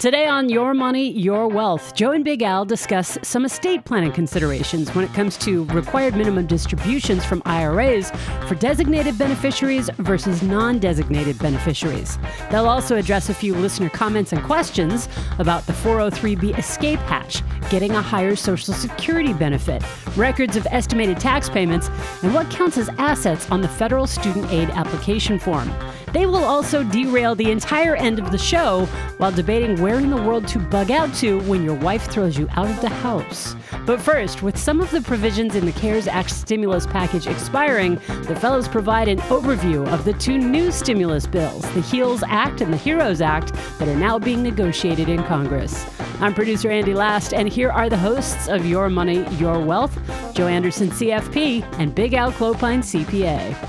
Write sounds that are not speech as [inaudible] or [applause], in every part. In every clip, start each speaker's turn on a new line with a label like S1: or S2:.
S1: Today on Your Money, Your Wealth, Joe and Big Al discuss some estate planning considerations when it comes to required minimum distributions from IRAs for designated beneficiaries versus non designated beneficiaries. They'll also address a few listener comments and questions about the 403B escape hatch, getting a higher Social Security benefit, records of estimated tax payments, and what counts as assets on the federal student aid application form. They will also derail the entire end of the show while debating where in the world to bug out to when your wife throws you out of the house. But first, with some of the provisions in the CARES Act stimulus package expiring, the fellows provide an overview of the two new stimulus bills, the HEALS Act and the HEROES Act, that are now being negotiated in Congress. I'm producer Andy Last, and here are the hosts of Your Money, Your Wealth, Joe Anderson, CFP, and Big Al Clopine, CPA.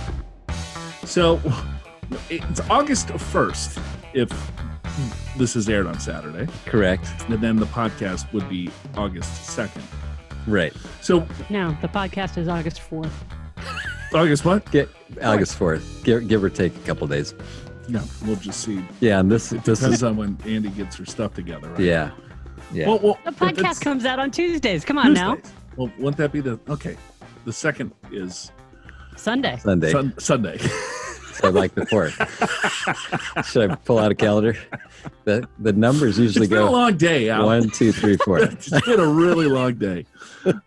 S2: So it's August 1st, if this is aired on Saturday,
S3: Correct.
S2: and then the podcast would be August 2nd.
S3: Right.
S2: So,
S1: No, the podcast is August 4th.
S2: August what?
S3: Get August fourth, give, give or take a couple days.
S2: No, we'll just see.
S3: Yeah, and this this
S2: Depends
S3: is
S2: on when Andy gets her stuff together, right?
S3: yeah, yeah.
S2: Well, well,
S1: The
S2: but it's
S1: podcast comes out on Tuesdays. Come on now.
S2: Tuesdays. Well, wouldn't that be the okay? The second is
S1: Sunday.
S3: Sunday,
S2: sun, Sunday.
S3: so like
S2: [laughs]
S3: the fourth. Should I pull out a calendar? The the numbers usually
S2: it's been a
S3: go
S2: long day, Al.
S3: one, two, three,
S2: [laughs]
S3: four.
S2: it's been a really long day.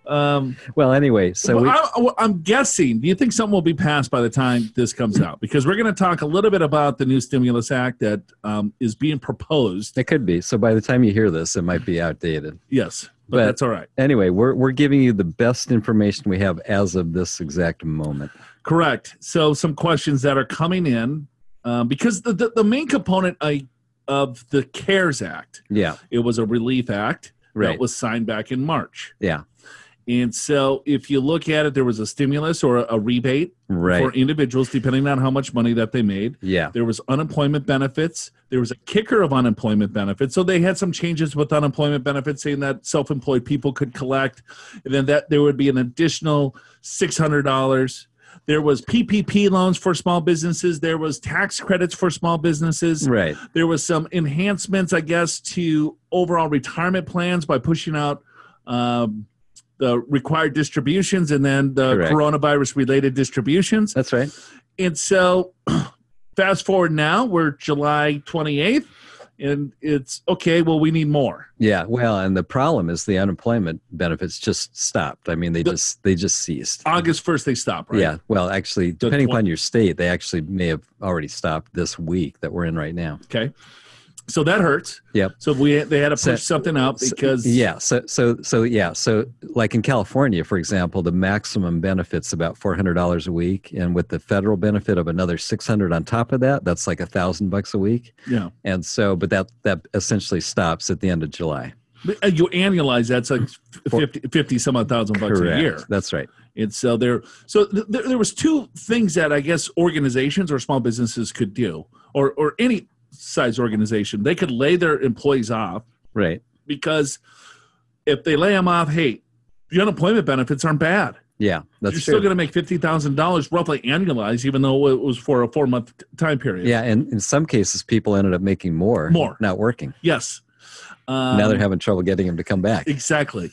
S2: Um,
S3: Well, anyway, so
S2: well,
S3: we
S2: I, well, I'm guessing. Do you think something will be passed by the time this comes out? Because we're going to talk a little bit about the new stimulus act that um, is being proposed.
S3: it could be. So by the time you hear this, it might be outdated.
S2: Yes, but,
S3: But-
S2: that's all right.
S3: Anyway, we're we're giving you the best information we have as of this exact moment.
S2: Correct. So some questions that are coming in um, because the, the the main component I, of the CARES Act
S3: Yeah.
S2: it was a relief act
S3: Right.
S2: that was signed back in March.
S3: Yeah.
S2: And so, if you look at it, there was a stimulus or a, a rebate for
S3: Right.
S2: individuals, depending on how much money that they made.
S3: Yeah.
S2: There was unemployment benefits. There was a kicker of unemployment benefits. So they had some changes with unemployment benefits, saying that self-employed people could collect, and then that there would be an additional six hundred dollars. There was PPP loans for small businesses. There was tax credits for small businesses.
S3: Right.
S2: There was some enhancements, I guess, to overall retirement plans by pushing out um, the required distributions and then the
S3: Correct.
S2: coronavirus-related distributions.
S3: That's right.
S2: And so [clears throat] fast forward now, we're July 28th, and it's okay, well, we need more.
S3: Yeah, well, and the problem is the unemployment benefits just stopped. I mean, they
S2: The-
S3: just they just ceased.
S2: August 1st, they stop, right?
S3: Yeah, well, actually, depending
S2: twen-
S3: upon your state, they actually may have already stopped this week that we're in right now.
S2: Okay. So that hurts.
S3: Yep.
S2: So we they had to push
S3: So-
S2: something out
S3: So-
S2: because
S3: yeah, so so so yeah, so like in California, for example, the maximum benefits about four hundred dollars a week, and with the federal benefit of another six hundred on top of that, that's like a thousand bucks a week.
S2: yeah.
S3: And so, but that that essentially stops at the end of July.
S2: But, uh, you annualize that's like 50, 50 some odd thousand bucks a year.
S3: That's right.
S2: And so there, so th- there, there was two things that I guess organizations or small businesses could do, or or any size organization, they could lay their employees off
S3: Right.
S2: because if they lay them off, hey, the unemployment benefits aren't bad.
S3: Yeah.
S2: You're
S3: That's true.
S2: still going to make fifty thousand dollars roughly annualized, even though it was for a four month time period.
S3: Yeah, and in some cases, people ended up making more,
S2: More.
S3: not working.
S2: Yes. Um,
S3: now they're having trouble getting them to come back. [laughs]
S2: exactly.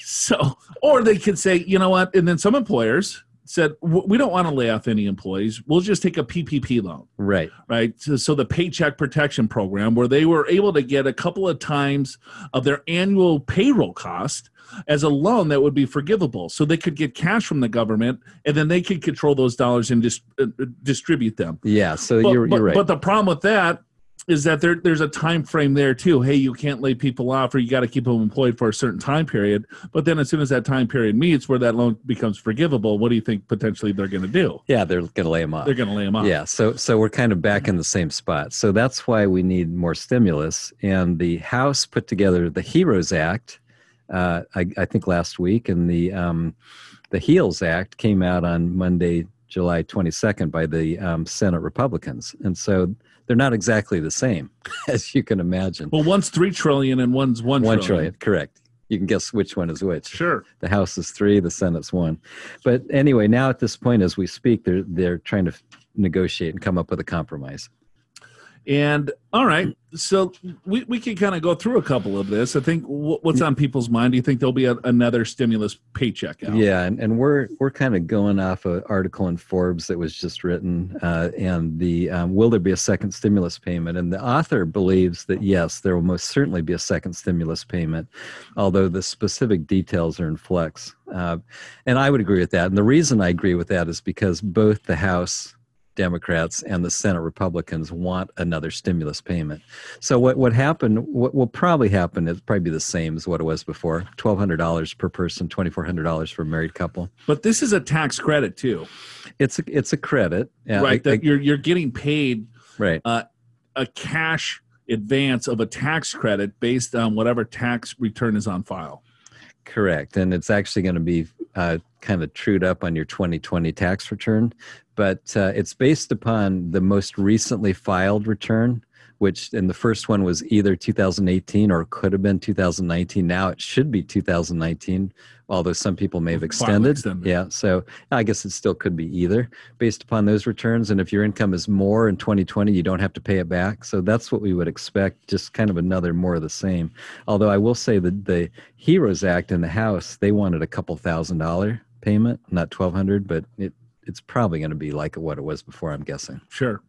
S2: so, or they could say, you know what? And then some employers said, "W- we don't want to lay off any employees. We'll just take a PPP loan.
S3: Right,
S2: right? So, so the Paycheck Protection Program, where they were able to get a couple of times of their annual payroll cost as a loan that would be forgivable. So they could get cash from the government and then they could control those dollars and dis- uh, uh, distribute them.
S3: yeah. So
S2: But,
S3: you're
S2: but,
S3: you're right.
S2: but the problem with that is that there, there's a time frame there too. Hey, you can't lay people off or you got to keep them employed for a certain time period. But then as soon as that time period meets where that loan becomes forgivable, what do you think potentially they're going to do?
S3: yeah, they're going to lay them off.
S2: They're going to lay them off.
S3: Yeah, so so we're kind of back in the same spot. So that's why we need more stimulus. And the House put together the Heroes Act, uh, I, I think last week, and the um, the Heels Act came out on Monday, July 22nd, by the um, Senate Republicans. And so they're not exactly the same, [laughs] as you can imagine.
S2: Well, one's three trillion and one's one,
S3: One trillion, correct. You can guess which one is which.
S2: Sure.
S3: The House is three, the Senate's one. But anyway, now at this point, as we speak, they're they're trying to negotiate and come up with a compromise.
S2: And all right, so we, we can kind of go through a couple of this. I think wh- what's on people's mind. Do you think there'll be a, another stimulus paycheck out?
S3: Yeah, and, and we're we're kind of going off an article in Forbes that was just written, uh, and the um, will there be a second stimulus payment? And the author believes that yes, there will most certainly be a second stimulus payment, although the specific details are in flux. Uh, and I would agree with that. And the reason I agree with that is because both the House Democrats and the Senate Republicans want another stimulus payment. So what what happened? What will probably happen is probably the same as what it was before: twelve hundred dollars per person, twenty four hundred dollars for a married couple.
S2: But this is a tax credit too,
S3: It's a, it's a credit, Yeah,
S2: right?
S3: I-
S2: that
S3: I-
S2: you're you're getting paid
S3: right.
S2: a cash advance of a tax credit based on whatever tax return is on file.
S3: Correct. And it's actually going to be uh, kind of trued up on your 2020 tax return, but uh, it's based upon the most recently filed return, which in the first one was either 2018 or could have been 2019. Now it should be 2019, although some people may have
S2: File
S3: extended.
S2: extended.
S3: Yeah. So I guess it still could be either based upon those returns. And if your income is more in 2020, you don't have to pay it back. So that's what we would expect, just kind of another more of the same. Although I will say that the Heroes Act in the House, they wanted a couple thousand dollar payment, not twelve hundred, but it it's probably going to be like what it was before. I'm guessing.
S2: Sure.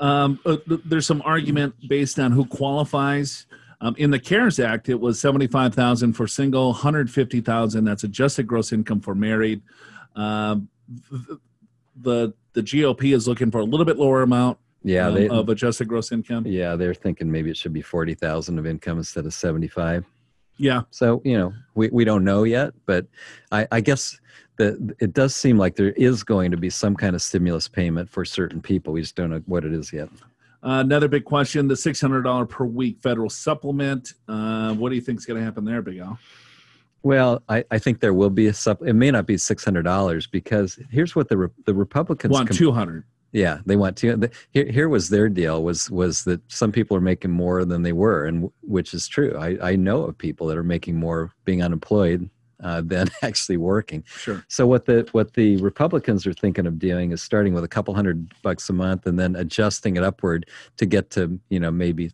S2: Um, uh, th- there's some argument based on who qualifies. Um, in the CARES Act, it was 75,000 for single, 150,000 that's adjusted gross income for married. Um, th- the the GOP is looking for a little bit lower amount
S3: Yeah,
S2: um,
S3: they,
S2: of adjusted gross income.
S3: yeah, they're thinking maybe it should be forty thousand of income instead of seventy five.
S2: Yeah,
S3: So you know, we we don't know yet, but I, I guess that it does seem like there is going to be some kind of stimulus payment for certain people. We just don't know what it is yet.
S2: Uh, another big question: the six hundred dollar per week federal supplement. Uh, what do you think is going to happen there, Big Al?
S3: Well, I, I think there will be a sup. It may not be six hundred dollars because here's what the Re- the Republicans
S2: One
S3: com-
S2: two hundred.
S3: Yeah, they want to. the- Here, here was their deal was was that some people are making more than they were, and w- which is true. I, I know of people that are making more being unemployed uh, than [laughs] actually working.
S2: Sure.
S3: So what the what the Republicans are thinking of doing is starting with a couple hundred bucks a month and then adjusting it upward to get to you know maybe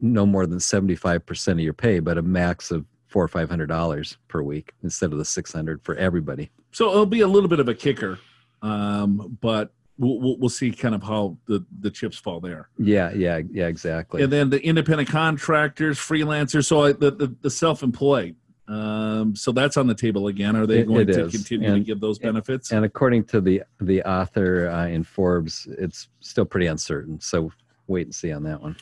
S3: no more than seventy five percent of your pay, but a max of four or five hundred dollars per week instead of the six hundred for everybody.
S2: So it'll be a little bit of a kicker, um, but we'll, we'll- we'll see kind of how the the chips fall there.
S3: Yeah, yeah, yeah, exactly.
S2: And then the independent contractors, freelancers. So I, the, the the self employed. Um, so that's on the table again. Are they
S3: It-
S2: going
S3: it
S2: to
S3: is.
S2: continue to
S3: And-
S2: give those benefits?
S3: And according to the the author uh, in Forbes, it's still pretty uncertain. So wait and see on that one.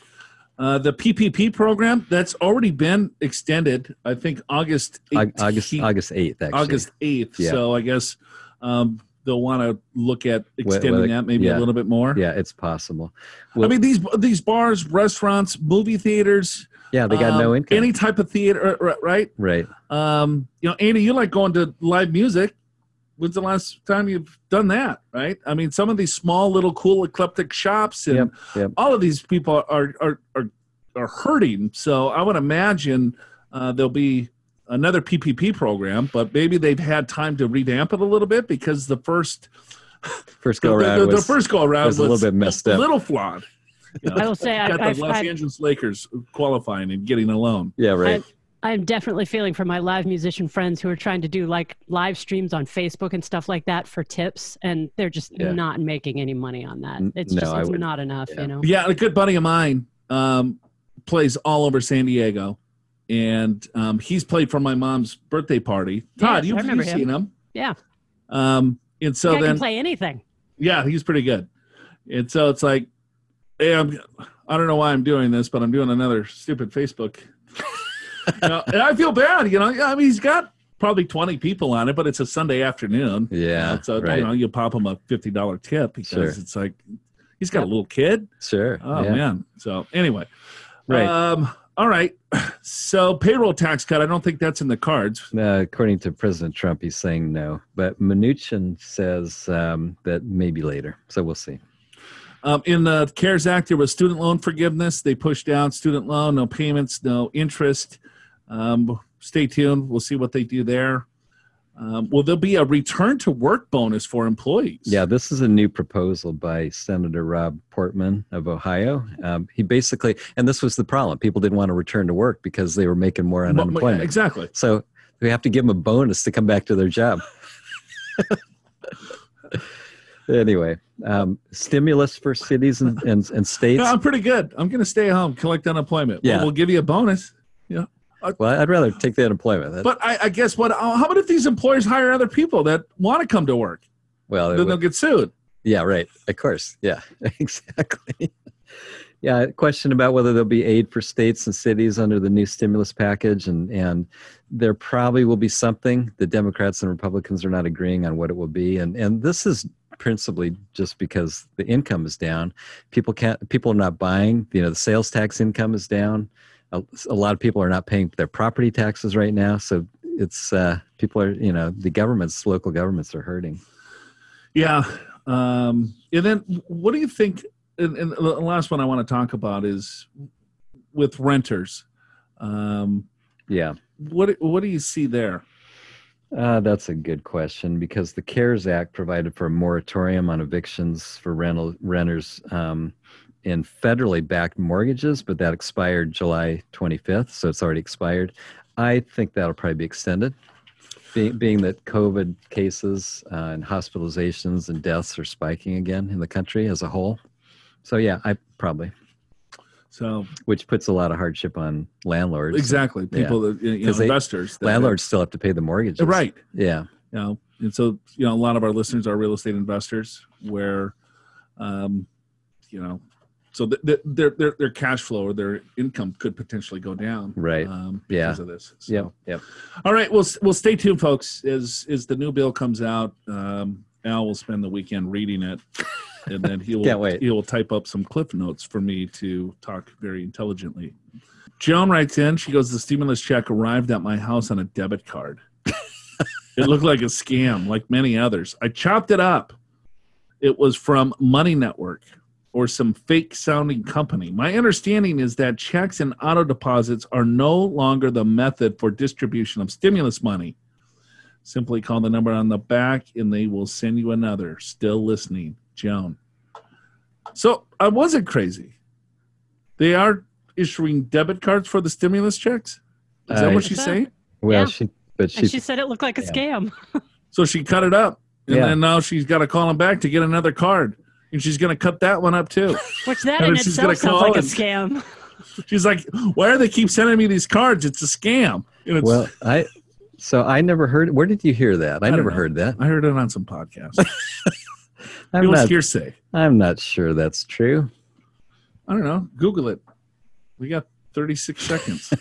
S2: Uh, the PPP program that's already been extended. I think August
S3: Au- August
S2: 18th.
S3: August eighth, actually.
S2: August 8th.
S3: Yeah.
S2: So I guess um, they'll want to look at
S3: whether-
S2: extending that maybe a
S3: yeah.
S2: little bit more.
S3: Yeah, it's possible.
S2: I mean, these these bars, restaurants, movie theaters,
S3: Yeah, they got no
S2: um,
S3: income.
S2: Any type of theater, r- r- right?
S3: right.
S2: Um, you know, Andy, you like going to live music. When's the last time you've done that, right? I mean, some of these small, little, cool, eclectic shops and
S3: Yep, yep.
S2: all of these people are are are, are hurting. So I would imagine uh, there'll be another PPP program, but maybe they've had time to revamp it a little bit because the first
S3: First
S2: the,
S3: go
S2: the-
S3: around
S2: the- the
S3: was
S2: first go around
S3: was a little bit messed
S2: a
S3: up.
S2: little flawed. You know,
S1: I will say, I,
S2: got the
S1: I've,
S2: Los
S1: I've,
S2: Angeles Lakers qualifying and getting a loan.
S3: yeah, right.
S1: I'm definitely feeling for my live musician friends who are trying to do like live streams on Facebook and stuff like that for tips, and they're just
S3: Yeah.
S1: not making any money on that.
S3: N-
S1: It's
S3: no,
S1: just
S3: I
S1: it's
S3: would-
S1: not enough,
S3: yeah.
S1: you know.
S2: Yeah, a good buddy of mine um, plays all over San Diego, and um, he's played for my mom's birthday party.
S1: Yes,
S2: Todd,
S1: I
S2: you've,
S1: remember
S2: you've
S1: him.
S2: seen him.
S1: Yeah.
S2: Um, and so
S1: Yeah, I
S2: then
S1: can play anything.
S2: Yeah, he's pretty good. And so it's like, hey, I'm, I don't know why I'm doing this, but I'm doing another stupid Facebook. [laughs] You know, and I feel bad, you know. I mean, he's got probably 20 people on it, but it's a Sunday afternoon.
S3: Yeah,
S2: so
S3: right.
S2: you know, you pop him a $50 tip because
S3: Sure.
S2: it's like he's got a little kid.
S3: Sure.
S2: Oh
S3: yeah.
S2: man. So anyway,
S3: Right.
S2: Um, all right. [sighs] So payroll tax cut. I don't think that's in the cards.
S3: Uh, according to President Trump, he's saying no, but Mnuchin says um, that maybe later. So we'll see.
S2: Um, in the CARES Act, there was student loan forgiveness. They pushed out student loan, no payments, no interest. Um, stay tuned. We'll see what they do there. Um, will there be a return to work bonus for employees?
S3: Yeah, this is a new proposal by Senator Rob Portman of Ohio. Um, he basically, and this was the problem: people didn't want to return to work because they were making more on
S2: But-
S3: unemployment.
S2: Exactly.
S3: So we have to give them a bonus to come back to their job. [laughs] anyway, um, stimulus for cities and, and, and
S2: [laughs]
S3: states.
S2: No, I'm pretty good. I'm going to stay home, collect unemployment. Well,
S3: Yeah.
S2: we'll give you a bonus. Yeah.
S3: Well, I'd rather take the unemployment. That-
S2: But I, I guess what? How about if these employers hire other people that want to come to work?
S3: well, it
S2: Then
S3: would-
S2: they'll get sued.
S3: yeah, right. Of course. Yeah, [laughs] exactly. Yeah, question about whether there'll be aid for states and cities under the new stimulus package, and and there probably will be something. The Democrats and Republicans are not agreeing on what it will be, and and this is principally just because the income is down. People can't. People are not buying. You know, the sales tax income is down. A, a lot of people are not paying their property taxes right now, so it's uh, people are. You know, the governments, local governments, are hurting.
S2: Yeah. Um, and then what do you think? And, and the last one I want to talk about is with renters. Um,
S3: Yeah.
S2: what What do you see there?
S3: Uh, that's a good question because the CARES Act provided for a moratorium on evictions for rental renters um, in federally backed mortgages, but that expired July 25th, so it's already expired. I think that'll probably be extended, being, being that COVID cases uh, and hospitalizations and deaths are spiking again in the country as a whole. So yeah, I probably,
S2: So
S3: which puts a lot of hardship on landlords.
S2: exactly,
S3: Yeah.
S2: people, that, you know,
S3: 'Cause they-
S2: investors, that-
S3: Landlords still have to pay the mortgages.
S2: right?
S3: Yeah.
S2: you know and so you know a lot of our listeners are real estate investors where um you know so th- th- their their their cash flow or their income could potentially go down
S3: Right.
S2: um,
S3: Yeah.
S2: because of this so.
S3: Yep. Yep.
S2: all right well s- well stay tuned folks as as the new bill comes out um al will spend the weekend reading it and then
S3: [laughs]
S2: he will
S3: Can't wait.
S2: he will type up some cliff notes for me to talk very intelligently joan writes in she goes the stimulus check arrived at my house on a debit
S3: [laughs]
S2: card it looked like a scam, like many others. I chopped it up. It was from Money Network or some fake sounding company. My understanding is that checks and auto deposits are no longer the method for distribution of stimulus money. Simply call the number on the back and they will send you another. Still listening, Joan. So I wasn't crazy. They are issuing debit cards for the stimulus checks. Is that
S3: I-
S2: what she's saying?
S3: Well,
S1: Yeah.
S3: she, but she,
S1: And she said it looked like a
S3: Yeah.
S1: scam.
S2: So she cut it up. And
S3: Yeah.
S2: then now she's got to call him back to get another card. And she's going to cut that one up too.
S1: Which that
S2: And
S1: in
S2: then she's
S1: itself
S2: gonna
S1: sounds
S2: call
S1: like a
S2: and-
S1: scam.
S2: She's like, why do they keep sending me these cards? It's a scam. And it's,
S3: well, I, so I never heard, where did you hear that? I,
S2: don't
S3: never
S2: know.
S3: heard that.
S2: I heard it on some podcast. it
S3: [laughs] I'm
S2: was
S3: not,
S2: hearsay.
S3: I'm not sure that's true.
S2: I don't know. Google it. We got
S3: [laughs]
S2: 36 seconds.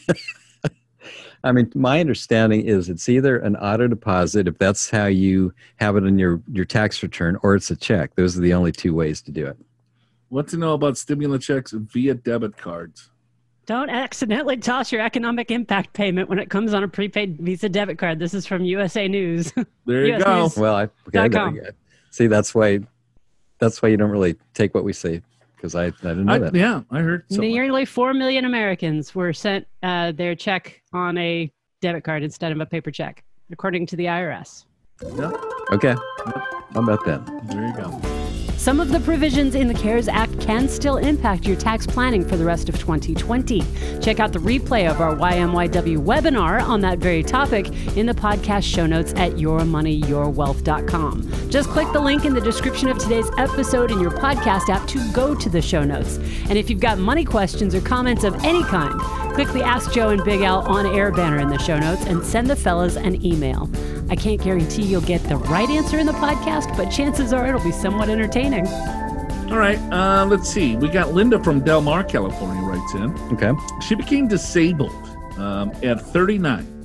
S3: I mean, my understanding is it's either an auto deposit, if that's how you have it in your, your tax return, or it's a check. Those are the only two ways to do it.
S2: what to know about stimulus checks via debit cards?
S1: Don't accidentally toss your economic impact payment when it comes on a prepaid Visa debit card. This is from USA News.
S2: There you
S1: Yes,
S2: go.
S1: yes.
S3: Well, I, okay,
S1: Dot
S3: there
S1: com.
S3: we go. see, that's why, that's why you don't really take what we say. Cause I, I didn't know
S2: I,
S3: that.
S2: yeah, I heard. something.
S1: Nearly 4 million Americans were sent uh, their check on a debit card instead of a paper check, according to the IRS.
S3: Okay. How about that?
S2: There you go.
S1: Some of the provisions in the CARES Act can still impact your tax planning for the rest of 2020. Check out the replay of our YMYW webinar on that very topic in the podcast show notes at yourmoneyyourwealth.com. Just click the link in the description of today's episode in your podcast app to go to the show notes. And if you've got money questions or comments of any kind, click the Ask Joe and Big Al on air banner in the show notes and send the fellas an email. I can't guarantee you'll get the right answer in the podcast, but chances are it'll be somewhat entertaining.
S2: All right. Uh, let's see. We got Linda from Del Mar, California, writes in.
S3: Okay.
S2: She became disabled um, at 39.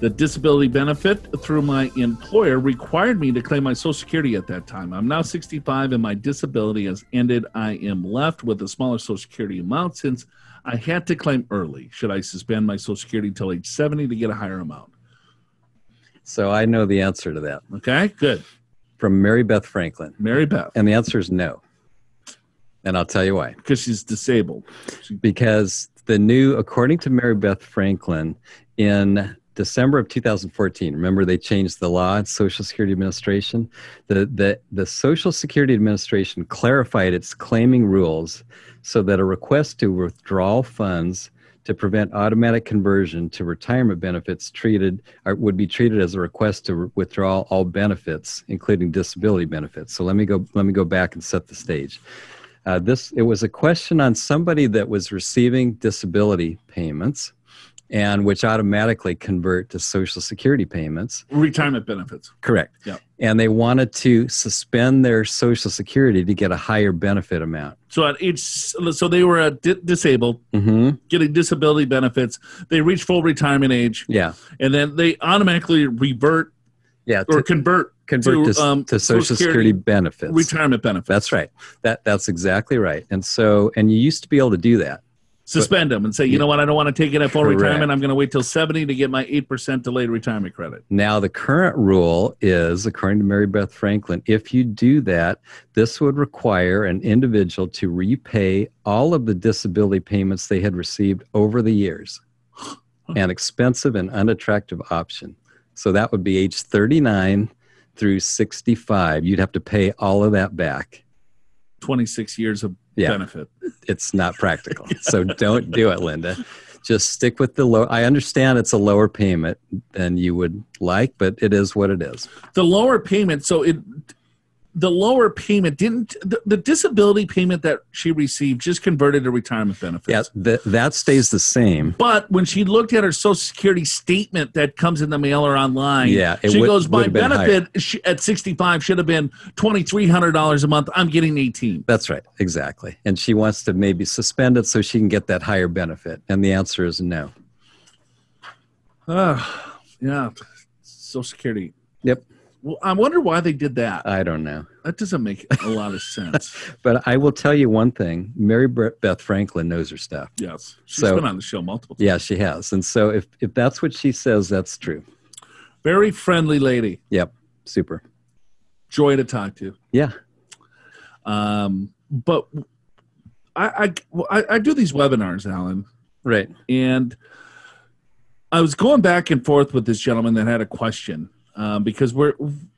S2: The disability benefit through my employer required me to claim my Social Security at that time. I'm now 65 and my disability has ended. I am left with a smaller Social Security amount since I had to claim early. Should I suspend my Social Security till age 70 to get a higher amount?
S3: So I know the answer to that
S2: Okay, good.
S3: from Mary Beth Franklin.
S2: Mary Beth,
S3: And the answer is no. And I'll tell you why.
S2: because she's disabled.
S3: Because the new, according to Mary Beth Franklin, in December of 2014. Remember, they changed the law in Social Security Administration. The, the, the Social Security Administration clarified its claiming rules so that a request to withdraw funds to prevent automatic conversion to retirement benefits treated or would be treated as a request to withdraw all benefits, including disability benefits. So let me go let me go back and set the stage. Uh, this it was a question on somebody that was receiving disability payments and which automatically convert to social security payments
S2: retirement benefits
S3: correct
S2: yeah
S3: and they wanted to suspend their social security to get a higher benefit amount
S2: so at age so they were uh, di- disabled
S3: mm-hmm.
S2: getting disability benefits they reach full retirement age
S3: yeah
S2: and then they automatically revert
S3: yeah
S2: or convert
S3: convert to,
S2: to, um,
S3: to social security, benefits
S2: retirement benefits
S3: that's right that that's exactly right and so and you used to be able to do that
S2: suspend them and say, you
S3: Yeah.
S2: know what, I don't want to take it at full
S3: Correct.
S2: retirement. I'm going to wait till 70 to get my 8% delayed retirement credit.
S3: Now, the current rule is, according to Mary Beth Franklin, if you do that, this would require an individual to repay all of the disability payments they had received over the years. An expensive and unattractive option. So that would be age 39 through 65. You'd have to pay all of that back.
S2: 26 years of
S3: Yeah.
S2: benefit.
S3: It's not practical. So don't do it, Linda. Just stick with the low. I understand it's a lower payment than you would like, but it is what it is.
S2: The lower payment, so it, the lower payment didn't, the, the disability payment that she received just converted to retirement benefits.
S3: Yeah, th- that stays the same.
S2: But when she looked at her Social Security statement that comes in the mail or online,
S3: Yeah, it
S2: she
S3: would-
S2: goes, "My
S3: would've been
S2: benefit sh at sixty five should have been twenty three hundred dollars a month. I'm getting eighteen.
S3: That's right, exactly. And she wants to maybe suspend it so she can get that higher benefit. And the answer is no.
S2: Ah, yeah, Social Security.
S3: Yep,
S2: Well, I wonder why they did that.
S3: I don't know.
S2: That doesn't make a lot of
S3: [laughs]
S2: sense.
S3: But I will tell you one thing Mary Bre- Beth Franklin knows her stuff.
S2: yes. she's
S3: So-
S2: been on the show multiple times.
S3: Yeah, she has. And so if, if that's what she says, that's true.
S2: Very friendly lady.
S3: Yep, super.
S2: Joy to talk to.
S3: Yeah,
S2: Um, but I, I, I, I do these webinars, Alan,
S3: right.
S2: and I was going back and forth with this gentleman that had a question um, because we're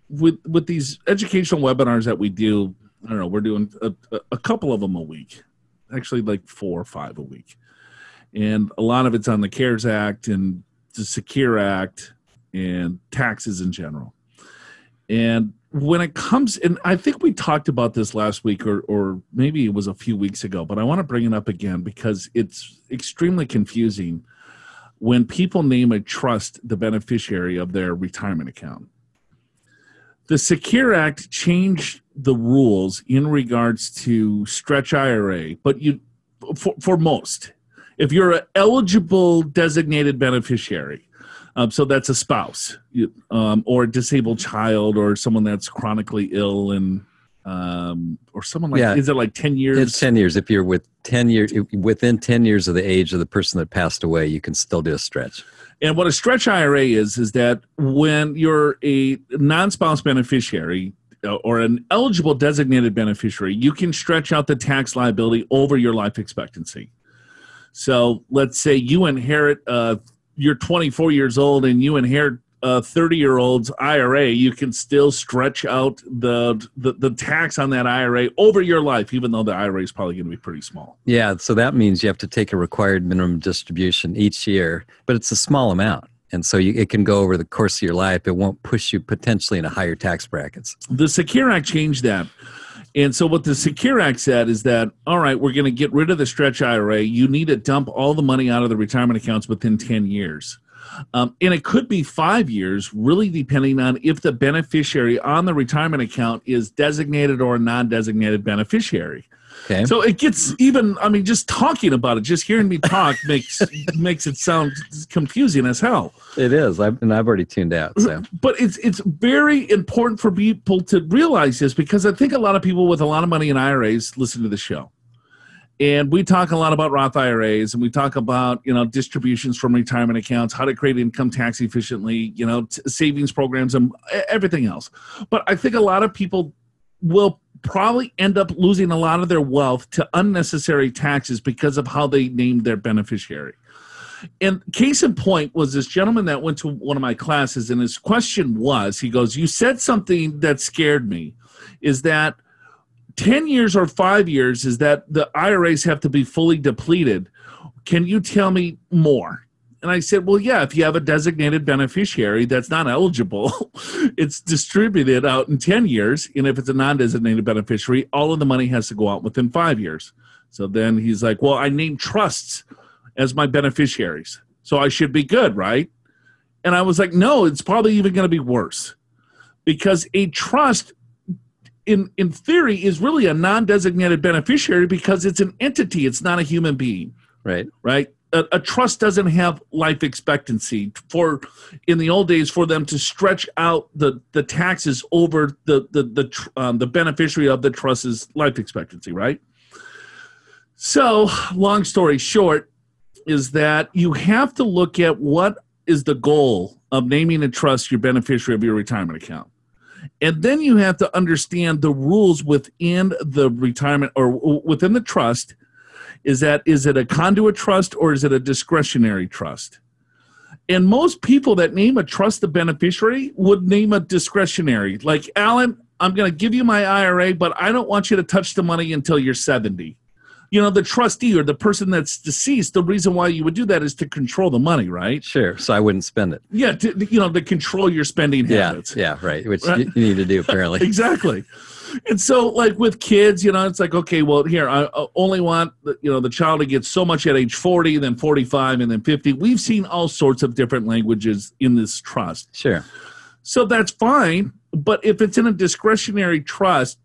S2: with with these educational webinars that we do. I don't know. We're doing a, a- a couple of them a week, actually like four or five a week, and a lot of it's on the CARES Act and the Secure Act and taxes in general. And when it comes, and I think we talked about this last week, or or maybe it was a few weeks ago, but I want to bring it up again because it's extremely confusing when people name a trust the beneficiary of their retirement account. The Secure Act changed the rules in regards to stretch IRA, but you for, for most, if you're an eligible designated beneficiary, um, so that's a spouse you- um, or a disabled child or someone that's chronically ill and um, or someone like
S3: Yeah.
S2: is it like ten years?
S3: It's 10 years. If you're with 10 years, within 10 years of the age of the person that passed away, you can still do a stretch.
S2: And what a stretch IRA is is that when you're a non-spouse beneficiary uh, or an eligible designated beneficiary, you can stretch out the tax liability over your life expectancy. So let's say you inherit, uh, you're 24 years old and you inherit uh, a 30 year old's IRA, you can still stretch out the, the the tax on that IRA over your life, even though the IRA is probably going to be pretty small.
S3: Yeah, so that means you have to take a required minimum distribution each year, but it's a small amount. And so you, it can go over the course of your life. It won't push you potentially into higher tax brackets.
S2: the Secure Act changed that. And so what the Secure Act said is that all right, we're going to get rid of the stretch IRA. You need to dump all the money out of the retirement accounts within 10 years. Um, and it could be five years, really depending on if the beneficiary on the retirement account is designated or non designated beneficiary.
S3: Okay.
S2: So it gets even, I mean, just talking about it, just hearing me talk makes [laughs] makes it sound confusing as hell
S3: it is. I've, and I've already tuned out. So, [clears throat]
S2: but it's it's very important for people to realize this because I think a lot of people with a lot of money in IRAs listen to the show. And we talk a lot about Roth IRAs and we talk about, you know, distributions from retirement accounts, how to create income tax efficiently, you know, t- savings programs and e- everything else. But I think a lot of people will probably end up losing a lot of their wealth to unnecessary taxes because of how they named their beneficiary. And case in point was this gentleman that went to one of my classes, and his question was he goes, You said something that scared me is that 10 years or five years is that the IRAs have to be fully depleted. Can you tell me more? And I said, well, yeah, if you have a designated beneficiary that's not eligible, [laughs] it's distributed out in 10 years. And if it's a non designated beneficiary, all of the money has to go out within five years. So then he's like, well, I named trusts as my beneficiaries. So I should be good, right? And I was like, no, it's probably even going to be worse because a trust in in theory is really a non-designated beneficiary because it's an entity it's not a human being
S3: Right.
S2: right a, a trust doesn't have life expectancy for in the old days for them to stretch out the the taxes over the the the, tr- um, the beneficiary of the trust's life expectancy right so long story short is that you have to look at what is the goal of naming a trust your beneficiary of your retirement account and then you have to understand the rules within the retirement or w- within the trust is that is it a conduit trust or is it a discretionary trust and most people that name a trust the beneficiary would name a discretionary like alan i'm going to give you my ira but i don't want you to touch the money until you're 70 you know the trustee or the person that's deceased the reason why you would do that is to control the money right
S3: Sure. So I wouldn't spend it.
S2: yeah to, you know to control your spending
S3: Yeah.
S2: habits
S3: Yeah. Right. Which
S2: Right.
S3: You, you need to do [laughs] apparently.
S2: exactly and so like with kids you know it's like okay well here i I only want the- you know the child to get so much at age 40 then 45 and then 50 we've seen all sorts of different languages in this trust
S3: Sure.
S2: so that's fine but if it's in a discretionary trust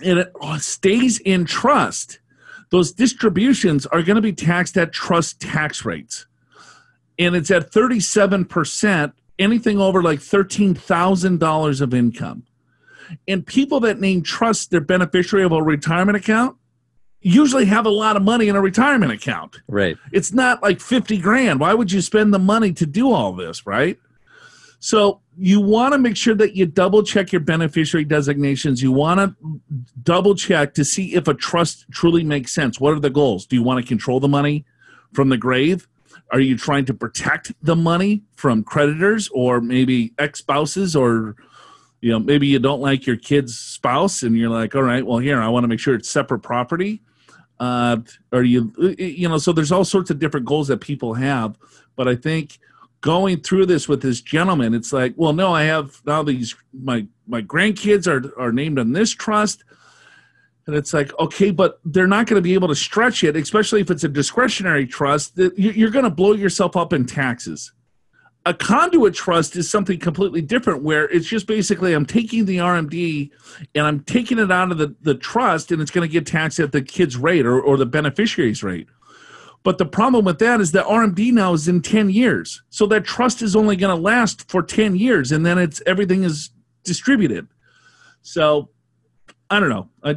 S2: and it stays in trust those distributions are going to be taxed at trust tax rates and it's at 37% anything over like $13000 of income and people that name trust their beneficiary of a retirement account usually have a lot of money in a retirement account
S3: Right.
S2: it's not like 50 grand. Why would you spend the money to do all this, right? So you want to make sure that you double check your beneficiary designations. You want to double check to see if a trust truly makes sense. What are the goals? Do you want to control the money from the grave? Are you trying to protect the money from creditors or maybe ex spouses or you know maybe you don't like your kid's spouse and you're like all right well here i want to make sure it's separate property uh, or you you know so there's all sorts of different goals that people have but i think going through this with this gentleman it's like well no i have now these my my grandkids are are named on this trust and it's like okay but they're not going to be able to stretch it especially if it's a discretionary trust that you- you're going to blow yourself up in taxes a conduit trust is something completely different where it's just basically i'm taking the rmd and i'm taking it out of the, the trust and it's going to get taxed at the kid's rate or, or the beneficiary's rate but the problem with that is that rmd now is in 10 years so that trust is only going to last for 10 years and then it's everything is distributed so i don't know i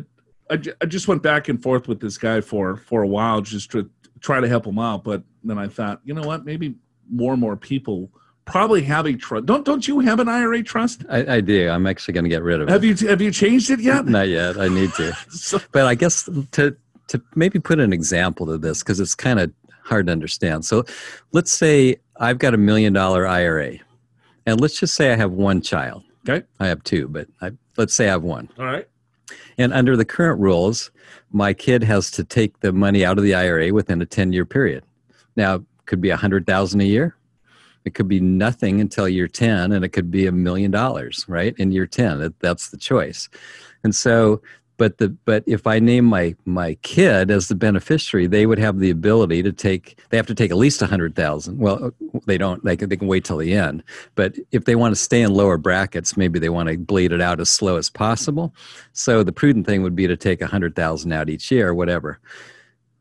S2: I, ju- I just went back and forth with this guy for for a while just to try to help him out but then i thought you know what maybe more and more people probably have a trust don't don't you have an ira trust
S3: I, I do. I'm actually going to get rid of it.
S2: have you have you changed it yet
S3: Not yet. I need to.
S2: [laughs] So-
S3: but I guess to to maybe put an example to this because it's kind of hard to understand. So, let's say I've got a million dollar IRA, and let's just say I have one child.
S2: Okay.
S3: I have two, but I, let's say I have one.
S2: all right
S3: And under the current rules, my kid has to take the money out of the IRA within a ten year period. Now, it could be a hundred thousand a year. It could be nothing until year ten, and it could be a million dollars, right? In year ten, That- that's the choice. And so, but the but if I name my my kid as the beneficiary, they would have the ability to take. They have to take at least a hundred thousand. Well, they don't. They can, they can wait till the end. But if they want to stay in lower brackets, maybe they want to bleed it out as slow as possible. So the prudent thing would be to take a hundred thousand out each year, whatever.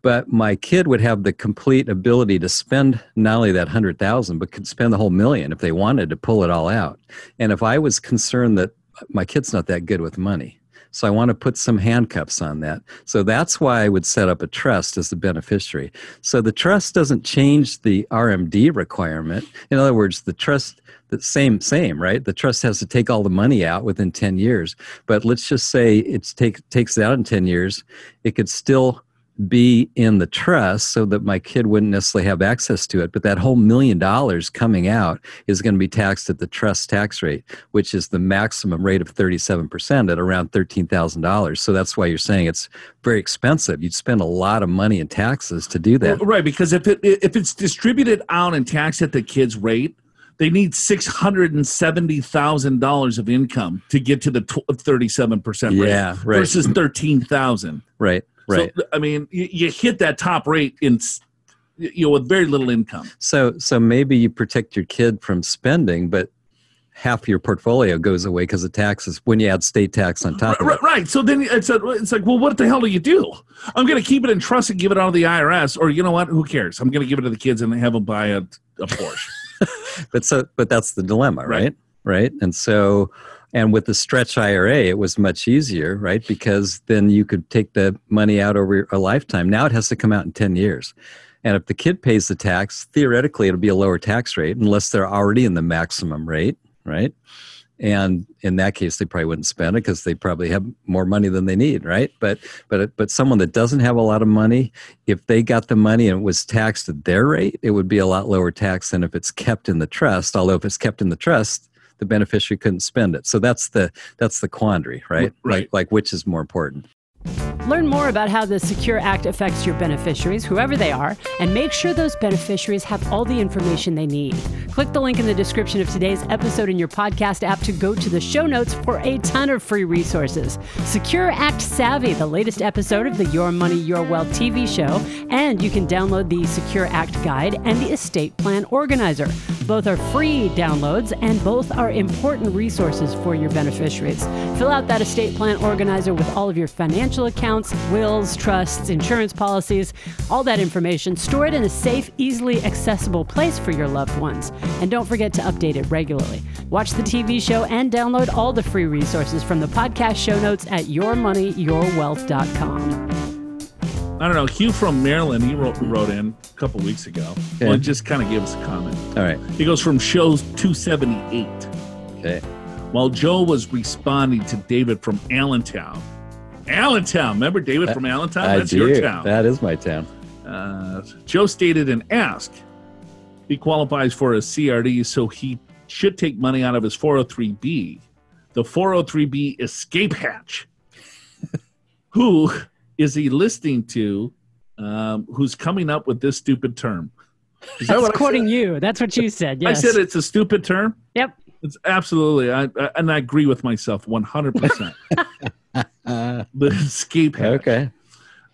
S3: But my kid would have the complete ability to spend not only that hundred thousand, but could spend the whole million if they wanted to pull it all out. And if I was concerned that my kid's not that good with money. So I want to put some handcuffs on that. So that's why I would set up a trust as the beneficiary. So the trust doesn't change the RMD requirement. In other words, the trust the same same, right? The trust has to take all the money out within 10 years. But let's just say it take, takes it out in 10 years, it could still be in the trust so that my kid wouldn't necessarily have access to it. But that whole million dollars coming out is going to be taxed at the trust tax rate, which is the maximum rate of 37% at around $13,000. So that's why you're saying it's very expensive. You'd spend a lot of money in taxes to do that.
S2: Right, because if it if it's distributed out and taxed at the kid's rate, they need six hundred and seventy thousand dollars of income to get to the thirty-seven percent rate.
S3: Yeah, right.
S2: Versus thirteen thousand.
S3: Right, right.
S2: So I mean, you, you hit that top rate in s- you know with very little income.
S3: So so maybe you protect your kid from spending, but half your portfolio goes away because of taxes when you add state tax on top of
S2: Right,
S3: it.
S2: right. So then it's a, it's like, well, what the hell do you do? I'm going to keep it in trust and give it out of the IRS, or you know what? Who cares? I'm going to give it to the kids and have them buy a, a Porsche.
S3: But so but that's the dilemma,
S2: Right.
S3: right? Right. And so and with the stretch IRA, it was much easier, right? Because then you could take the money out over a lifetime. Now it has to come out in 10 years. And if the kid pays the tax, theoretically it'll be a lower tax rate unless they're already in the maximum rate, right? and in that case they probably wouldn't spend it because they probably have more money than they need right but but but someone that doesn't have a lot of money if they got the money and it was taxed at their rate it would be a lot lower tax than if it's kept in the trust although if it's kept in the trust the beneficiary couldn't spend it so that's the that's the quandary right
S2: Right.
S3: like, like which is more important
S1: Learn more about how the Secure Act affects your beneficiaries, whoever they are, and make sure those beneficiaries have all the information they need. Click the link in the description of today's episode in your podcast app to go to the show notes for a ton of free resources. Secure Act Savvy, the latest episode of the Your Money, Your Wealth TV show, and you can download the Secure Act Guide and the Estate Plan Organizer. Both are free downloads and both are important resources for your beneficiaries. Fill out that estate plan organizer with all of your financial accounts, wills, trusts, insurance policies, all that information. Store it in a safe, easily accessible place for your loved ones. And don't forget to update it regularly. Watch the TV show and download all the free resources from the podcast show notes at yourmoneyyourwealth.com.
S2: I don't know. Hugh from Maryland, he wrote, wrote in a couple weeks ago.
S3: Okay.
S2: Well, he just kind of gave us a comment.
S3: all right
S2: He goes from shows 278.
S3: okay
S2: While Joe was responding to David from Allentown, Allentown, remember David from Allentown?
S3: I
S2: That's your
S3: do.
S2: town.
S3: that is my town
S2: Uh, Joe stated and asked, he qualifies for a CRD, so he should take money out of his 403B, the 403B escape hatch. [laughs] Who is he listening to um, who's coming up with this stupid term? Is that
S1: That's
S2: what I
S1: quoting you. That's what you said.
S2: said? I
S1: Yes.
S2: said it's a stupid term.
S1: Yep.
S2: It's absolutely, I, I, and I agree with
S1: [laughs]
S2: myself 100%.
S3: uh,
S2: the escape hatch.
S3: okay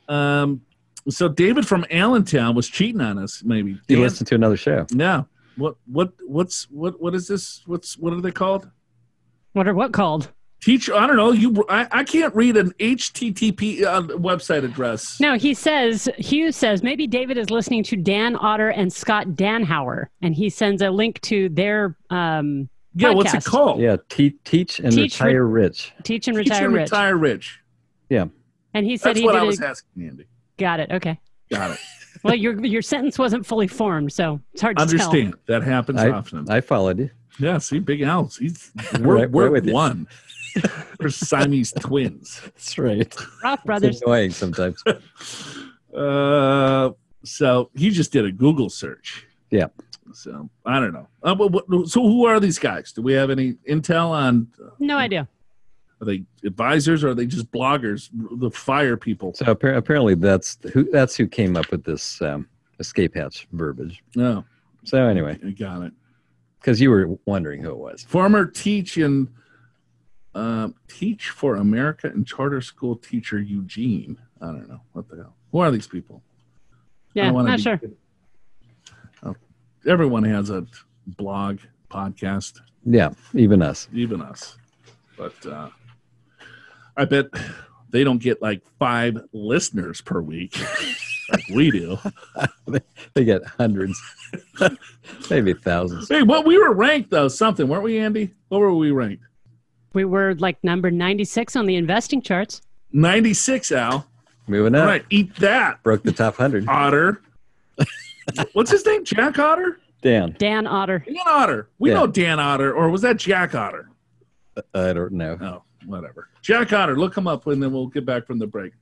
S2: Um, so David from Allentown was cheating on us, maybe.
S3: you
S2: Dan-
S3: listened to another show
S2: Yeah. What what what's what what is this? What's what are they called?
S1: What are what called?
S2: Teacher, I don't know. You, I, I can't read an HTTP uh, website address.
S1: No, he says, Hugh says, maybe David is listening to Dan Otter and Scott Danhauer, and he sends a link to their um,
S2: yeah, what's it
S1: podcast.
S2: called?
S3: yeah te- teach and
S1: Teach, re-
S3: retire rich
S1: Teach and
S2: Teach
S1: Retire
S2: and
S1: Rich.
S2: retire rich.
S1: And he said
S2: That's
S1: he
S2: what I
S1: did
S2: was
S1: it.
S2: asking, Andy.
S1: Got it. Okay.
S2: Got it.
S1: Well, your your sentence wasn't fully formed, so it's hard to
S2: Understand that happens often.
S3: I followed you
S2: yeah, see, Big Al's. He's we're,
S3: Right-
S2: we're
S3: right with you. [laughs]
S2: one. we're Siamese twins.
S3: That's right.
S1: tell. Roth
S3: It's
S1: Brothers.
S3: annoying sometimes.
S2: Uh, so he just did a Google search.
S3: Yeah.
S2: So I don't know. Uh, but what, so who are these guys? Do we have any intel on?
S1: No idea.
S2: Are they advisors or are they just bloggers? The fire people.
S3: So appar- apparently, that's who that's who came up with this um, escape hatch verbiage.
S2: No,
S3: So anyway,
S2: I got it.
S3: because you were wondering who it was.
S2: Former teach in uh, Teach for America and charter school teacher Eugene. I don't know what the hell. Who are these people? I
S1: Yeah,
S2: don't wanna
S1: not
S2: be-
S1: sure.
S2: Oh, everyone has a blog, podcast.
S3: Yeah, even us.
S2: even us. But uh, I bet they don't get like five listeners per week [laughs] like we do.
S3: They get hundreds, [laughs] maybe thousands.
S2: Hey, what we were ranked though, something, weren't we, Andy? What were we ranked?
S1: We were like number ninety six on the investing charts.
S2: 96, Al.
S3: Moving
S2: All
S3: up,
S2: right, eat that,
S3: broke the top hundred.
S2: Uh,
S3: [laughs]
S2: Otter. What's his name? Jack Otter?
S3: Dan,
S1: Dan Otter.
S2: Dan Otter. We
S3: Yeah.
S2: know Dan Otter, or was that Jack Otter?
S3: I don't know.
S2: No. whatever. Jack Otter, look him up, and then we'll get back from the break.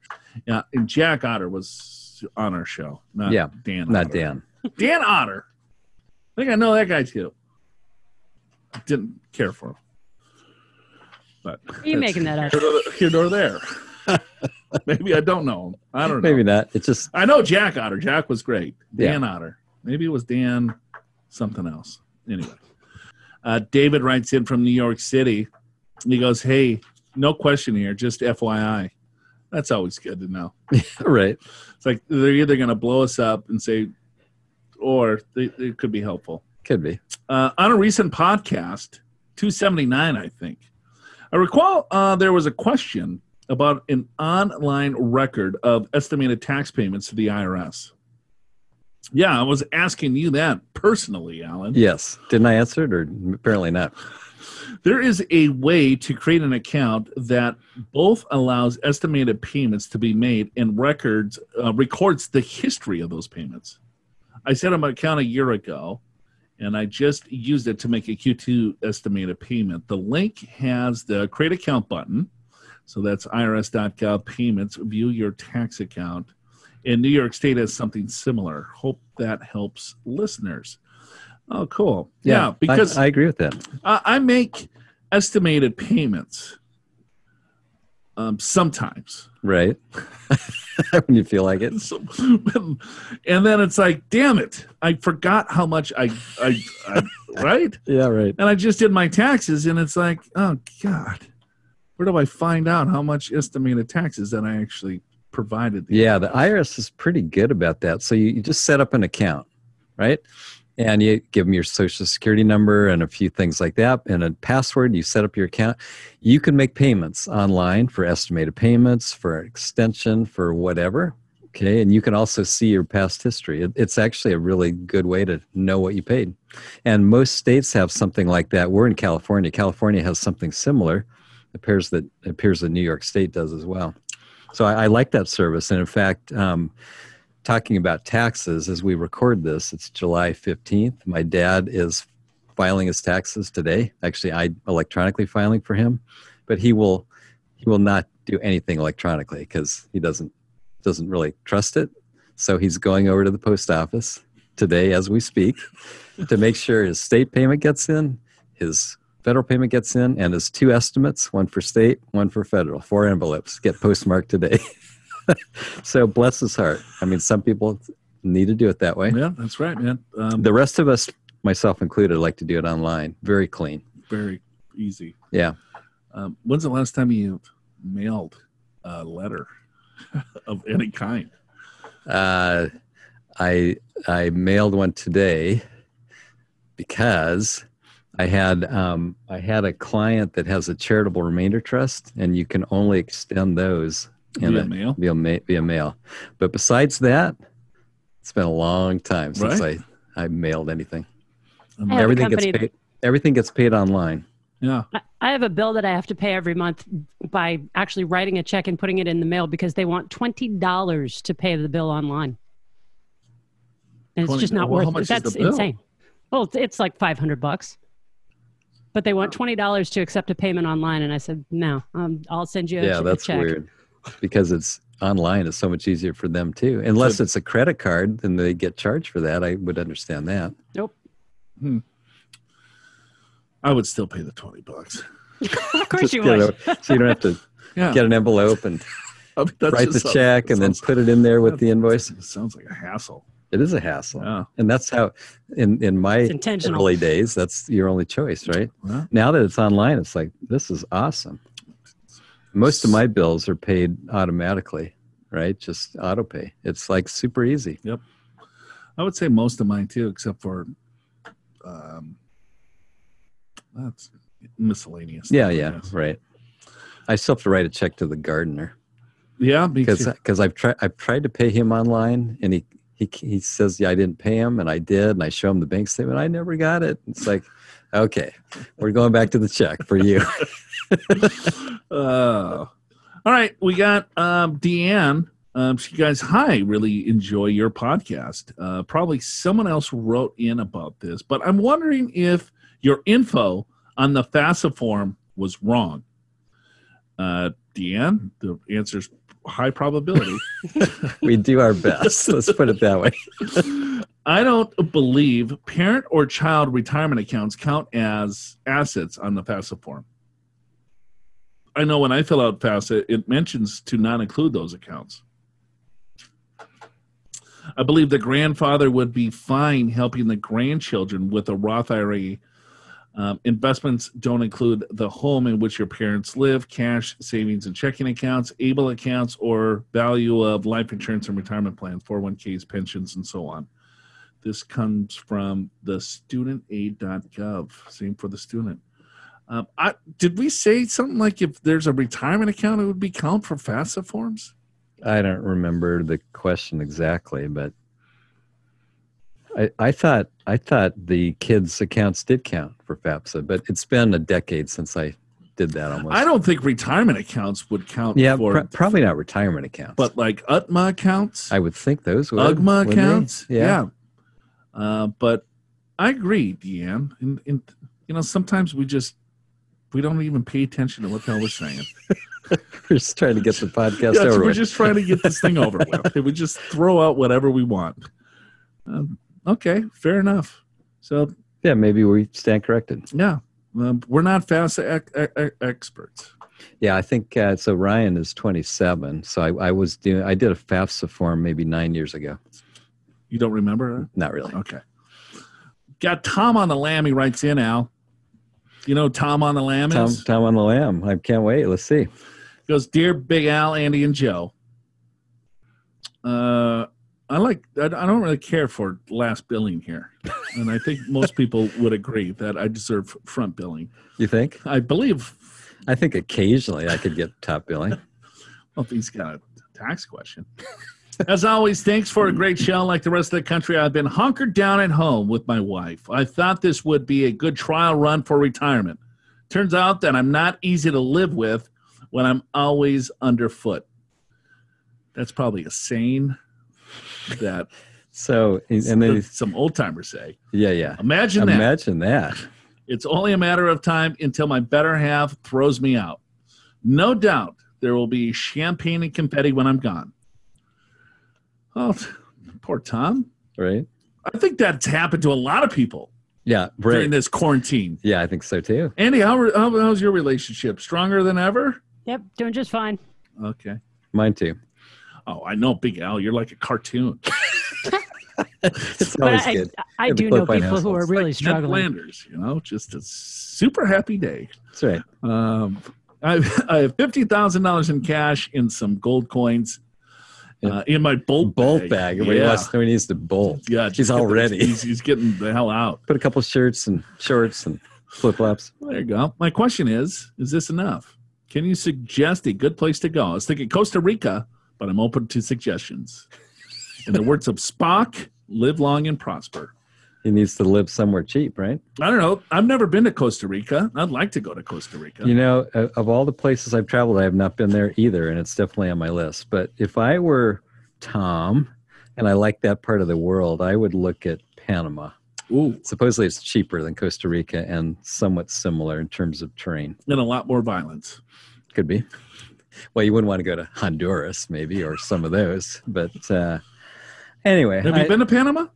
S2: Yeah, and Jack Otter was on our show. Not
S3: yeah,
S2: Dan.
S3: not
S2: Otter.
S3: Dan.
S2: Dan Otter. I think I know that guy too. Didn't care for him. But
S1: Are you making that up?
S2: here nor, here nor
S3: [laughs]
S2: there. Maybe I don't know him. I don't know.
S3: Maybe not. It's just
S2: I know Jack Otter. Jack was great. Dan Otter. Maybe it was Dan something else. Anyway, uh, David writes in from New York City. He goes, Hey, no question here, just FYI. That's always good to know.
S3: right.
S2: It's like they're either going to blow us up and say, or they, they could be helpful
S3: Could be.
S2: uh, on a recent podcast, 279, I think. I recall uh, there was a question about an online record of estimated tax payments to the IRS. Yeah, I was asking you that personally, Alan.
S3: Yes. Didn't I answer it, or apparently not?
S2: There is a way to create an account that both allows estimated payments to be made and records uh, records the history of those payments. I set up an account a year ago, and I just used it to make a Q2 estimated payment. The link has the create account button, so that's IRS.gov payments. View your tax account, and New York State has something similar. Hope that helps listeners. Oh, cool! Yeah,
S3: I-
S2: because
S3: I, agree with that.
S2: I I make estimated payments um, sometimes.
S3: Right. [laughs] when you feel like it.
S2: So, [laughs] and then it's like, damn it, I forgot how much I, I,
S3: [laughs]
S2: I right?
S3: Yeah. Right.
S2: And I just did my taxes, and it's like, oh God, where do I find out how much estimated taxes that I actually provided? the-
S3: Yeah, the IRS is pretty good about that. So you, you just set up an account, right? And you give them your social security number and a few things like that and a password. You set up your account. You can make payments online for estimated payments, for extension, for whatever. Okay. And you can also see your past history. It, it's actually a really good way to know what you paid. And most states have something like that. We're in California. California has something similar. appears that appears that New York State does as well. So I, I like that service. And in fact, um, talking about taxes, as we record this, it's July 15th. My dad is filing his taxes today. Actually, I electronically filing for him, but he will he will not do anything electronically because he doesn't doesn't really trust it. So he's going over to the post office today as we speak to make sure his state payment gets in, his federal payment gets in, and his two estimates, one for state, one for federal, four envelopes get postmarked today. [laughs] so bless his heart. I mean, some people need to do it that way.
S2: yeah, that's right, man. Um,
S3: The rest of us, myself included, like to do it online. Very clean.
S2: very easy.
S3: Yeah.
S2: Um, when's the last time you mailed a letter [laughs] of any kind?
S3: Uh, I I mailed one today because I had um, I had a client that has a charitable remainder trust, and you can only extend those in
S2: Via
S3: a-
S2: mail?
S3: via ma- via mail. But besides that, it's been a long time since
S2: Right.
S3: I I mailed anything.
S1: I have a
S3: everything gets
S1: company-
S3: paid. Everything gets paid online.
S2: Yeah.
S1: I- I have a bill that I have to pay every month by actually writing a check and putting it in the mail because they want twenty dollars to pay the bill online, and it's
S2: 20
S1: just not
S2: well, how
S1: worth.
S2: much
S1: it.
S2: is
S1: That's
S2: the bill?
S1: insane. Well, it's, it's like five hundred bucks, but they want twenty dollars to accept a payment online, and I said no. Um, I'll send you. A
S3: yeah,
S1: che-
S3: that's
S1: check.
S3: weird because it's online. It's so much easier for them too. Unless it's a credit card, then they get charged for that. I would understand that.
S1: Nope.
S2: I would still pay the 20 bucks.
S1: [laughs] Of course
S3: Just
S1: you
S3: get it
S1: would.
S3: over- so you don't
S2: [laughs]
S3: have to
S2: Yeah.
S3: get an envelope and
S2: I mean, that's
S3: write the
S2: just sounds-
S3: check and then
S2: sounds-
S3: put it in there with the invoice.
S2: it sounds like a hassle.
S3: It is a hassle,
S2: Yeah.
S3: and that's how in in my
S1: It's intentional.
S3: early days, that's your only choice, right?
S2: Yeah.
S3: Now that it's online, it's like this is awesome. Most of my bills are paid automatically, right? Just auto pay. It's like super easy.
S2: I would say most of mine too, except for um, that's miscellaneous.
S3: Yeah,
S2: stuff, I
S3: yeah,
S2: guess.
S3: right. I still have to write a check to the gardener
S2: Yeah, because
S3: because I've tried I've tried to pay him online and he he he says yeah I didn't pay him and I did and I show him the bank statement I never got it. It's like okay, we're going back to the check for you. [laughs]
S2: [laughs] Uh, all right, we got um, Deanne. Um, she guys, hi, really enjoy your podcast. Uh, probably someone else wrote in about this, but I'm wondering if your info on the FAFSA form was wrong. Uh, Deanne, the answer's high probability.
S3: we do our best. Let's put it that way.
S2: [laughs] I don't believe parent or child retirement accounts count as assets on the FAFSA form. I know when I fill out FAFSA, it mentions to not include those accounts. I believe the grandfather would be fine helping the grandchildren with a Roth IRA. Um, investments don't include the home in which your parents live, cash, savings, and checking accounts, ABLE accounts, or value of life insurance and retirement plans, 401ks, pensions, and so on. This comes from the studentaid.gov. Same for the student. Um, I, did we say something like if there's a retirement account, it would be count for FAFSA forms?
S3: I don't remember the question exactly, but I, I thought I thought the kids' accounts did count for FAFSA, but it's been a decade since I did that. Almost.
S2: I don't think retirement accounts would count.
S3: Yeah,
S2: for,
S3: pr- probably not retirement accounts,
S2: but like UTMA accounts,
S3: I would think those would.
S2: UGMA
S3: wouldn't they?
S2: accounts,
S3: Yeah.
S2: yeah. Uh, but I agree, Deanne. And, and you know, sometimes we just we don't even pay attention to what the hell we're
S3: [laughs]
S2: saying.
S3: [laughs] We're just trying to get [laughs] the podcast
S2: Yeah, so
S3: over
S2: we're
S3: with.
S2: just trying to get this thing over
S3: [laughs]
S2: with. We just throw out whatever we want. Um, okay, fair enough. So
S3: yeah, maybe we stand corrected.
S2: yeah, um, we're not FAFSA ec- ec- ec- e, experts.
S3: Yeah, I think uh, so. Ryan is 27, so I, I was doing. I did a FAFSA form maybe nine years ago.
S2: You don't remember?
S3: Not really.
S2: Okay. Got Tom on the lam. He writes in, Al. You know who Tom on the lam
S3: Tom,
S2: is?
S3: Tom on the Lamb. I can't wait. Let's see.
S2: He goes, Dear Big Al, Andy, and Joe. Uh, I like. I, I don't really care for last billing here, and I think most people would agree that I deserve front billing.
S3: You think?
S2: I believe.
S3: I think occasionally I could get top billing.
S2: Well, if he's got a tax question. As always, thanks for a great show. Like the rest of the country, I've been hunkered down at home with my wife. I thought this would be a good trial run for retirement. Turns out that I'm not easy to live with when I'm always underfoot. That's probably a saying that
S3: [laughs] So and then
S2: some old timers say.
S3: yeah, yeah.
S2: Imagine that.
S3: Imagine that.
S2: It's only a matter of time until my better half throws me out. No doubt there will be champagne and confetti when I'm gone. Oh, poor Tom.
S3: right?
S2: I think that's happened to a lot of people
S3: Yeah,
S2: during
S3: right.
S2: this quarantine.
S3: Yeah, I think so too.
S2: Andy, how, are- how how's your relationship? Stronger than ever?
S1: Yep, doing just fine.
S2: Okay.
S3: Mine too. [laughs]
S2: Oh, I know, Big Al. You're like a cartoon.
S3: It's
S1: But
S3: always
S1: I,
S3: good.
S1: I, I
S3: Yeah, the
S1: do know
S3: Cloak Line
S1: people who are
S3: households.
S1: really
S2: Like Ned
S1: struggling.
S2: Flanders, you know, just a super happy day.
S3: That's right.
S2: Um, I, [laughs] I have fifty thousand dollars in cash and some gold coins uh, in my bolt
S3: Bolt bag. Everybody
S2: Yeah,
S3: wants- everybody needs to bolt.
S2: yeah. just
S3: He's
S2: get the-
S3: already-
S2: he's, he's getting the hell out.
S3: Put a couple shirts and shorts and flip flops.
S2: There you go. My question is: Is this enough? Can you suggest a good place to go? I was thinking Costa Rica, but I'm open to suggestions. In the words of Spock, "Live long and prosper."
S3: He needs to live somewhere cheap, right?
S2: I don't know. I've never been to Costa Rica. I'd like to go to Costa Rica.
S3: You know, o- of all the places I've traveled, I have not been there either, and it's definitely on my list. But if I were Tom and I like that part of the world, I would look at Panama.
S2: Ooh,
S3: Supposedly it's cheaper than Costa Rica and somewhat similar in terms of terrain.
S2: and a lot more violence.
S3: Could be. Well, you wouldn't want to go to Honduras, maybe, or some of those. But uh, anyway,
S2: Have
S3: I,
S2: you been to Panama?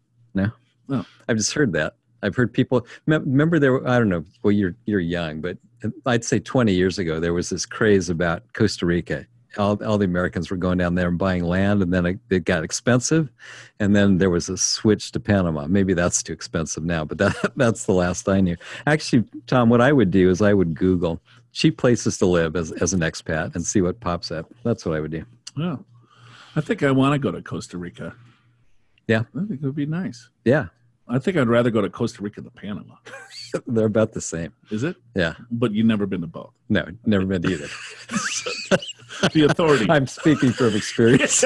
S3: I've just heard that. I've heard people me- remember there. were- I don't know. Well, you're you're young, but uh, I'd say 20 years ago there was this craze about Costa Rica. All, all the Americans were going down there and buying land, and then it, it got expensive, and then there was a switch to Panama. Maybe that's too expensive now, but [laughs] that that's the last I knew. Actually, Tom, what I would do is I would Google cheap places to live as as an expat and see what pops up. That's what I would do.
S2: Yeah. I think I want to go to Costa Rica.
S3: Yeah.
S2: I think it would be nice.
S3: Yeah,
S2: I think I'd rather go to Costa Rica than Panama.
S3: they're about the same.
S2: Is it?
S3: Yeah.
S2: But you've never been to both.
S3: No, never been to either.
S2: The
S3: [laughs]
S2: authority.
S3: I'm speaking from experience.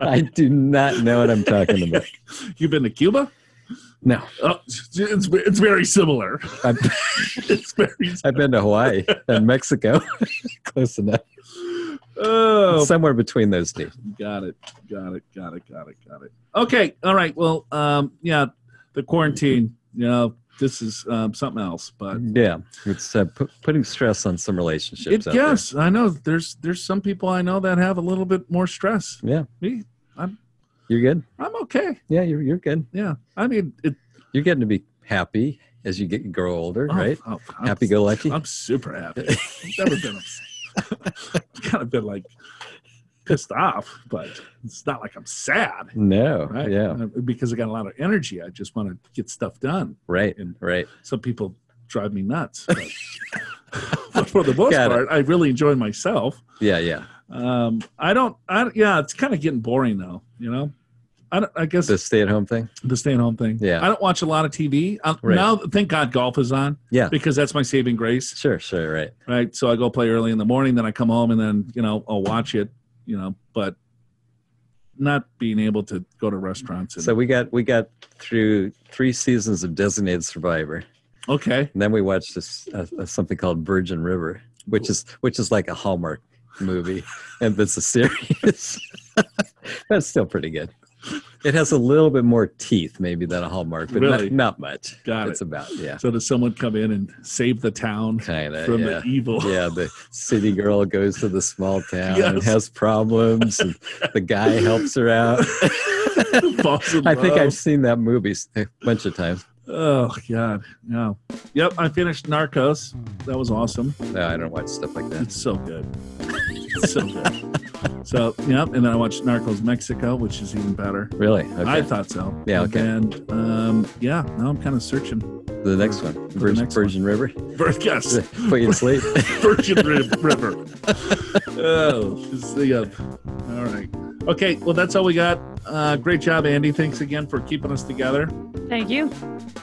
S3: I do not know what I'm talking about.
S2: [laughs] you've been to Cuba?
S3: No,
S2: Oh, it's, it's very
S3: [laughs]
S2: similar.
S3: I've,
S2: [laughs] It's very
S3: I've been to Hawaii and Mexico, [laughs] close enough.
S2: Oh,
S3: Somewhere between those two.
S2: got it. Got it. Got it. Got it. Got it. Okay. All right. Well, um, yeah, the quarantine, you know, this is um, something else. But
S3: Yeah, it's uh, pu- putting stress on some relationships.
S2: it,
S3: out there.
S2: yes, I know there's there's some people I know that have a little bit more stress.
S3: Yeah,
S2: Me, I'm
S3: you're good.
S2: I'm okay.
S3: Yeah, you're you're good.
S2: Yeah, I mean, it,
S3: You're getting to be happy as you get grow older,
S2: oh,
S3: right?
S2: oh, I'm-
S3: Happy go lucky.
S2: I'm super happy. I've never been [laughs] upset. I've kind of been like pissed off, but it's not like I'm sad.
S3: No.
S2: Right.
S3: Yeah.
S2: Uh, Because I got a lot of energy. I just want to get stuff done.
S3: Right.
S2: And
S3: Right.
S2: some people drive me nuts. But, but [laughs] for the most
S3: Got it.
S2: part, I really enjoy myself.
S3: Yeah. Yeah.
S2: Um, I don't, I, yeah, it's kind of getting boring though, you know? I, don't, I guess
S3: The stay-at-home thing.
S2: the stay at home thing.
S3: Yeah.
S2: I don't watch a lot of TV. I,
S3: Right.
S2: Now, thank God golf is on
S3: Yeah.
S2: because that's my saving grace
S3: Sure. Sure. Right.
S2: right? So I go play early in the morning, then I come home, and then you know I'll watch it, you know. But not being able to go to restaurants. And,
S3: So we got we got through three seasons of Designated Survivor,
S2: okay,
S3: and then we watched this, uh, uh, something called Virgin River, which is which is like a Hallmark movie, [laughs] and it's a series. [laughs] That's still pretty good. It has a little bit more teeth, maybe than a Hallmark, but
S2: Really?
S3: not, not much.
S2: Got
S3: it's about yeah,
S2: so does someone come in and save the town
S3: kind of
S2: from
S3: yeah.
S2: the evil? [laughs]
S3: yeah, [laughs] the city girl goes to the small town and
S2: Yes.
S3: has problems, and the guy helps
S2: [laughs]
S3: her out.
S2: Falls in
S3: I think I've
S2: love.
S3: seen that movie s- a bunch of times.
S2: Oh God, no. Yep, I finished Narcos. That was awesome.
S3: No, I don't watch stuff like that.
S2: It's so good. It's so good.
S3: [laughs]
S2: So yep, and then I watched Narcos Mexico, which is even better.
S3: Really?
S2: I
S3: Okay.
S2: thought so.
S3: Yeah, okay.
S2: And um, yeah, now I'm kind of searching.
S3: the next one, Virgin,
S2: next one.
S3: Virgin River.
S2: [laughs] Yes.
S3: [laughs] Put you to sleep.
S2: Virgin Ri- River. Oh, just the uh, all right. Okay, well that's all we got. Uh, great job, Andy. Thanks again for keeping us together.
S1: Thank you.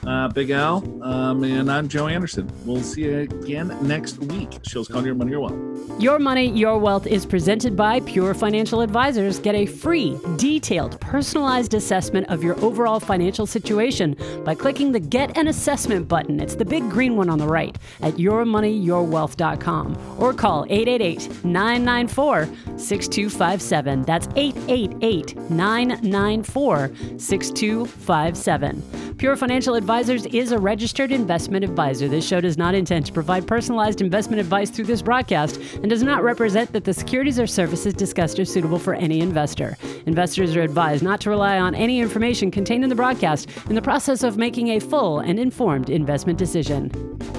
S2: Uh, Big Al, um, and I'm Joe Anderson. We'll see you again next week. Show's called Your Money Your Wealth.
S1: Your Money, Your Wealth is presented by Pure Financial Advisors. Get a free, detailed, personalized assessment of your overall financial situation by clicking the Get an Assessment button. It's the big green one on the right at yourmoneyyourwealth.com or call 888 994 6257. That's 888 994 6257. Pure Financial Advisors is a registered investment advisor. This show does not intend to provide personalized investment advice through this broadcast and does not represent that the securities or services discussed are suitable for any investor. Investors are advised not to rely on any information contained in the broadcast in the process of making a full and informed investment decision.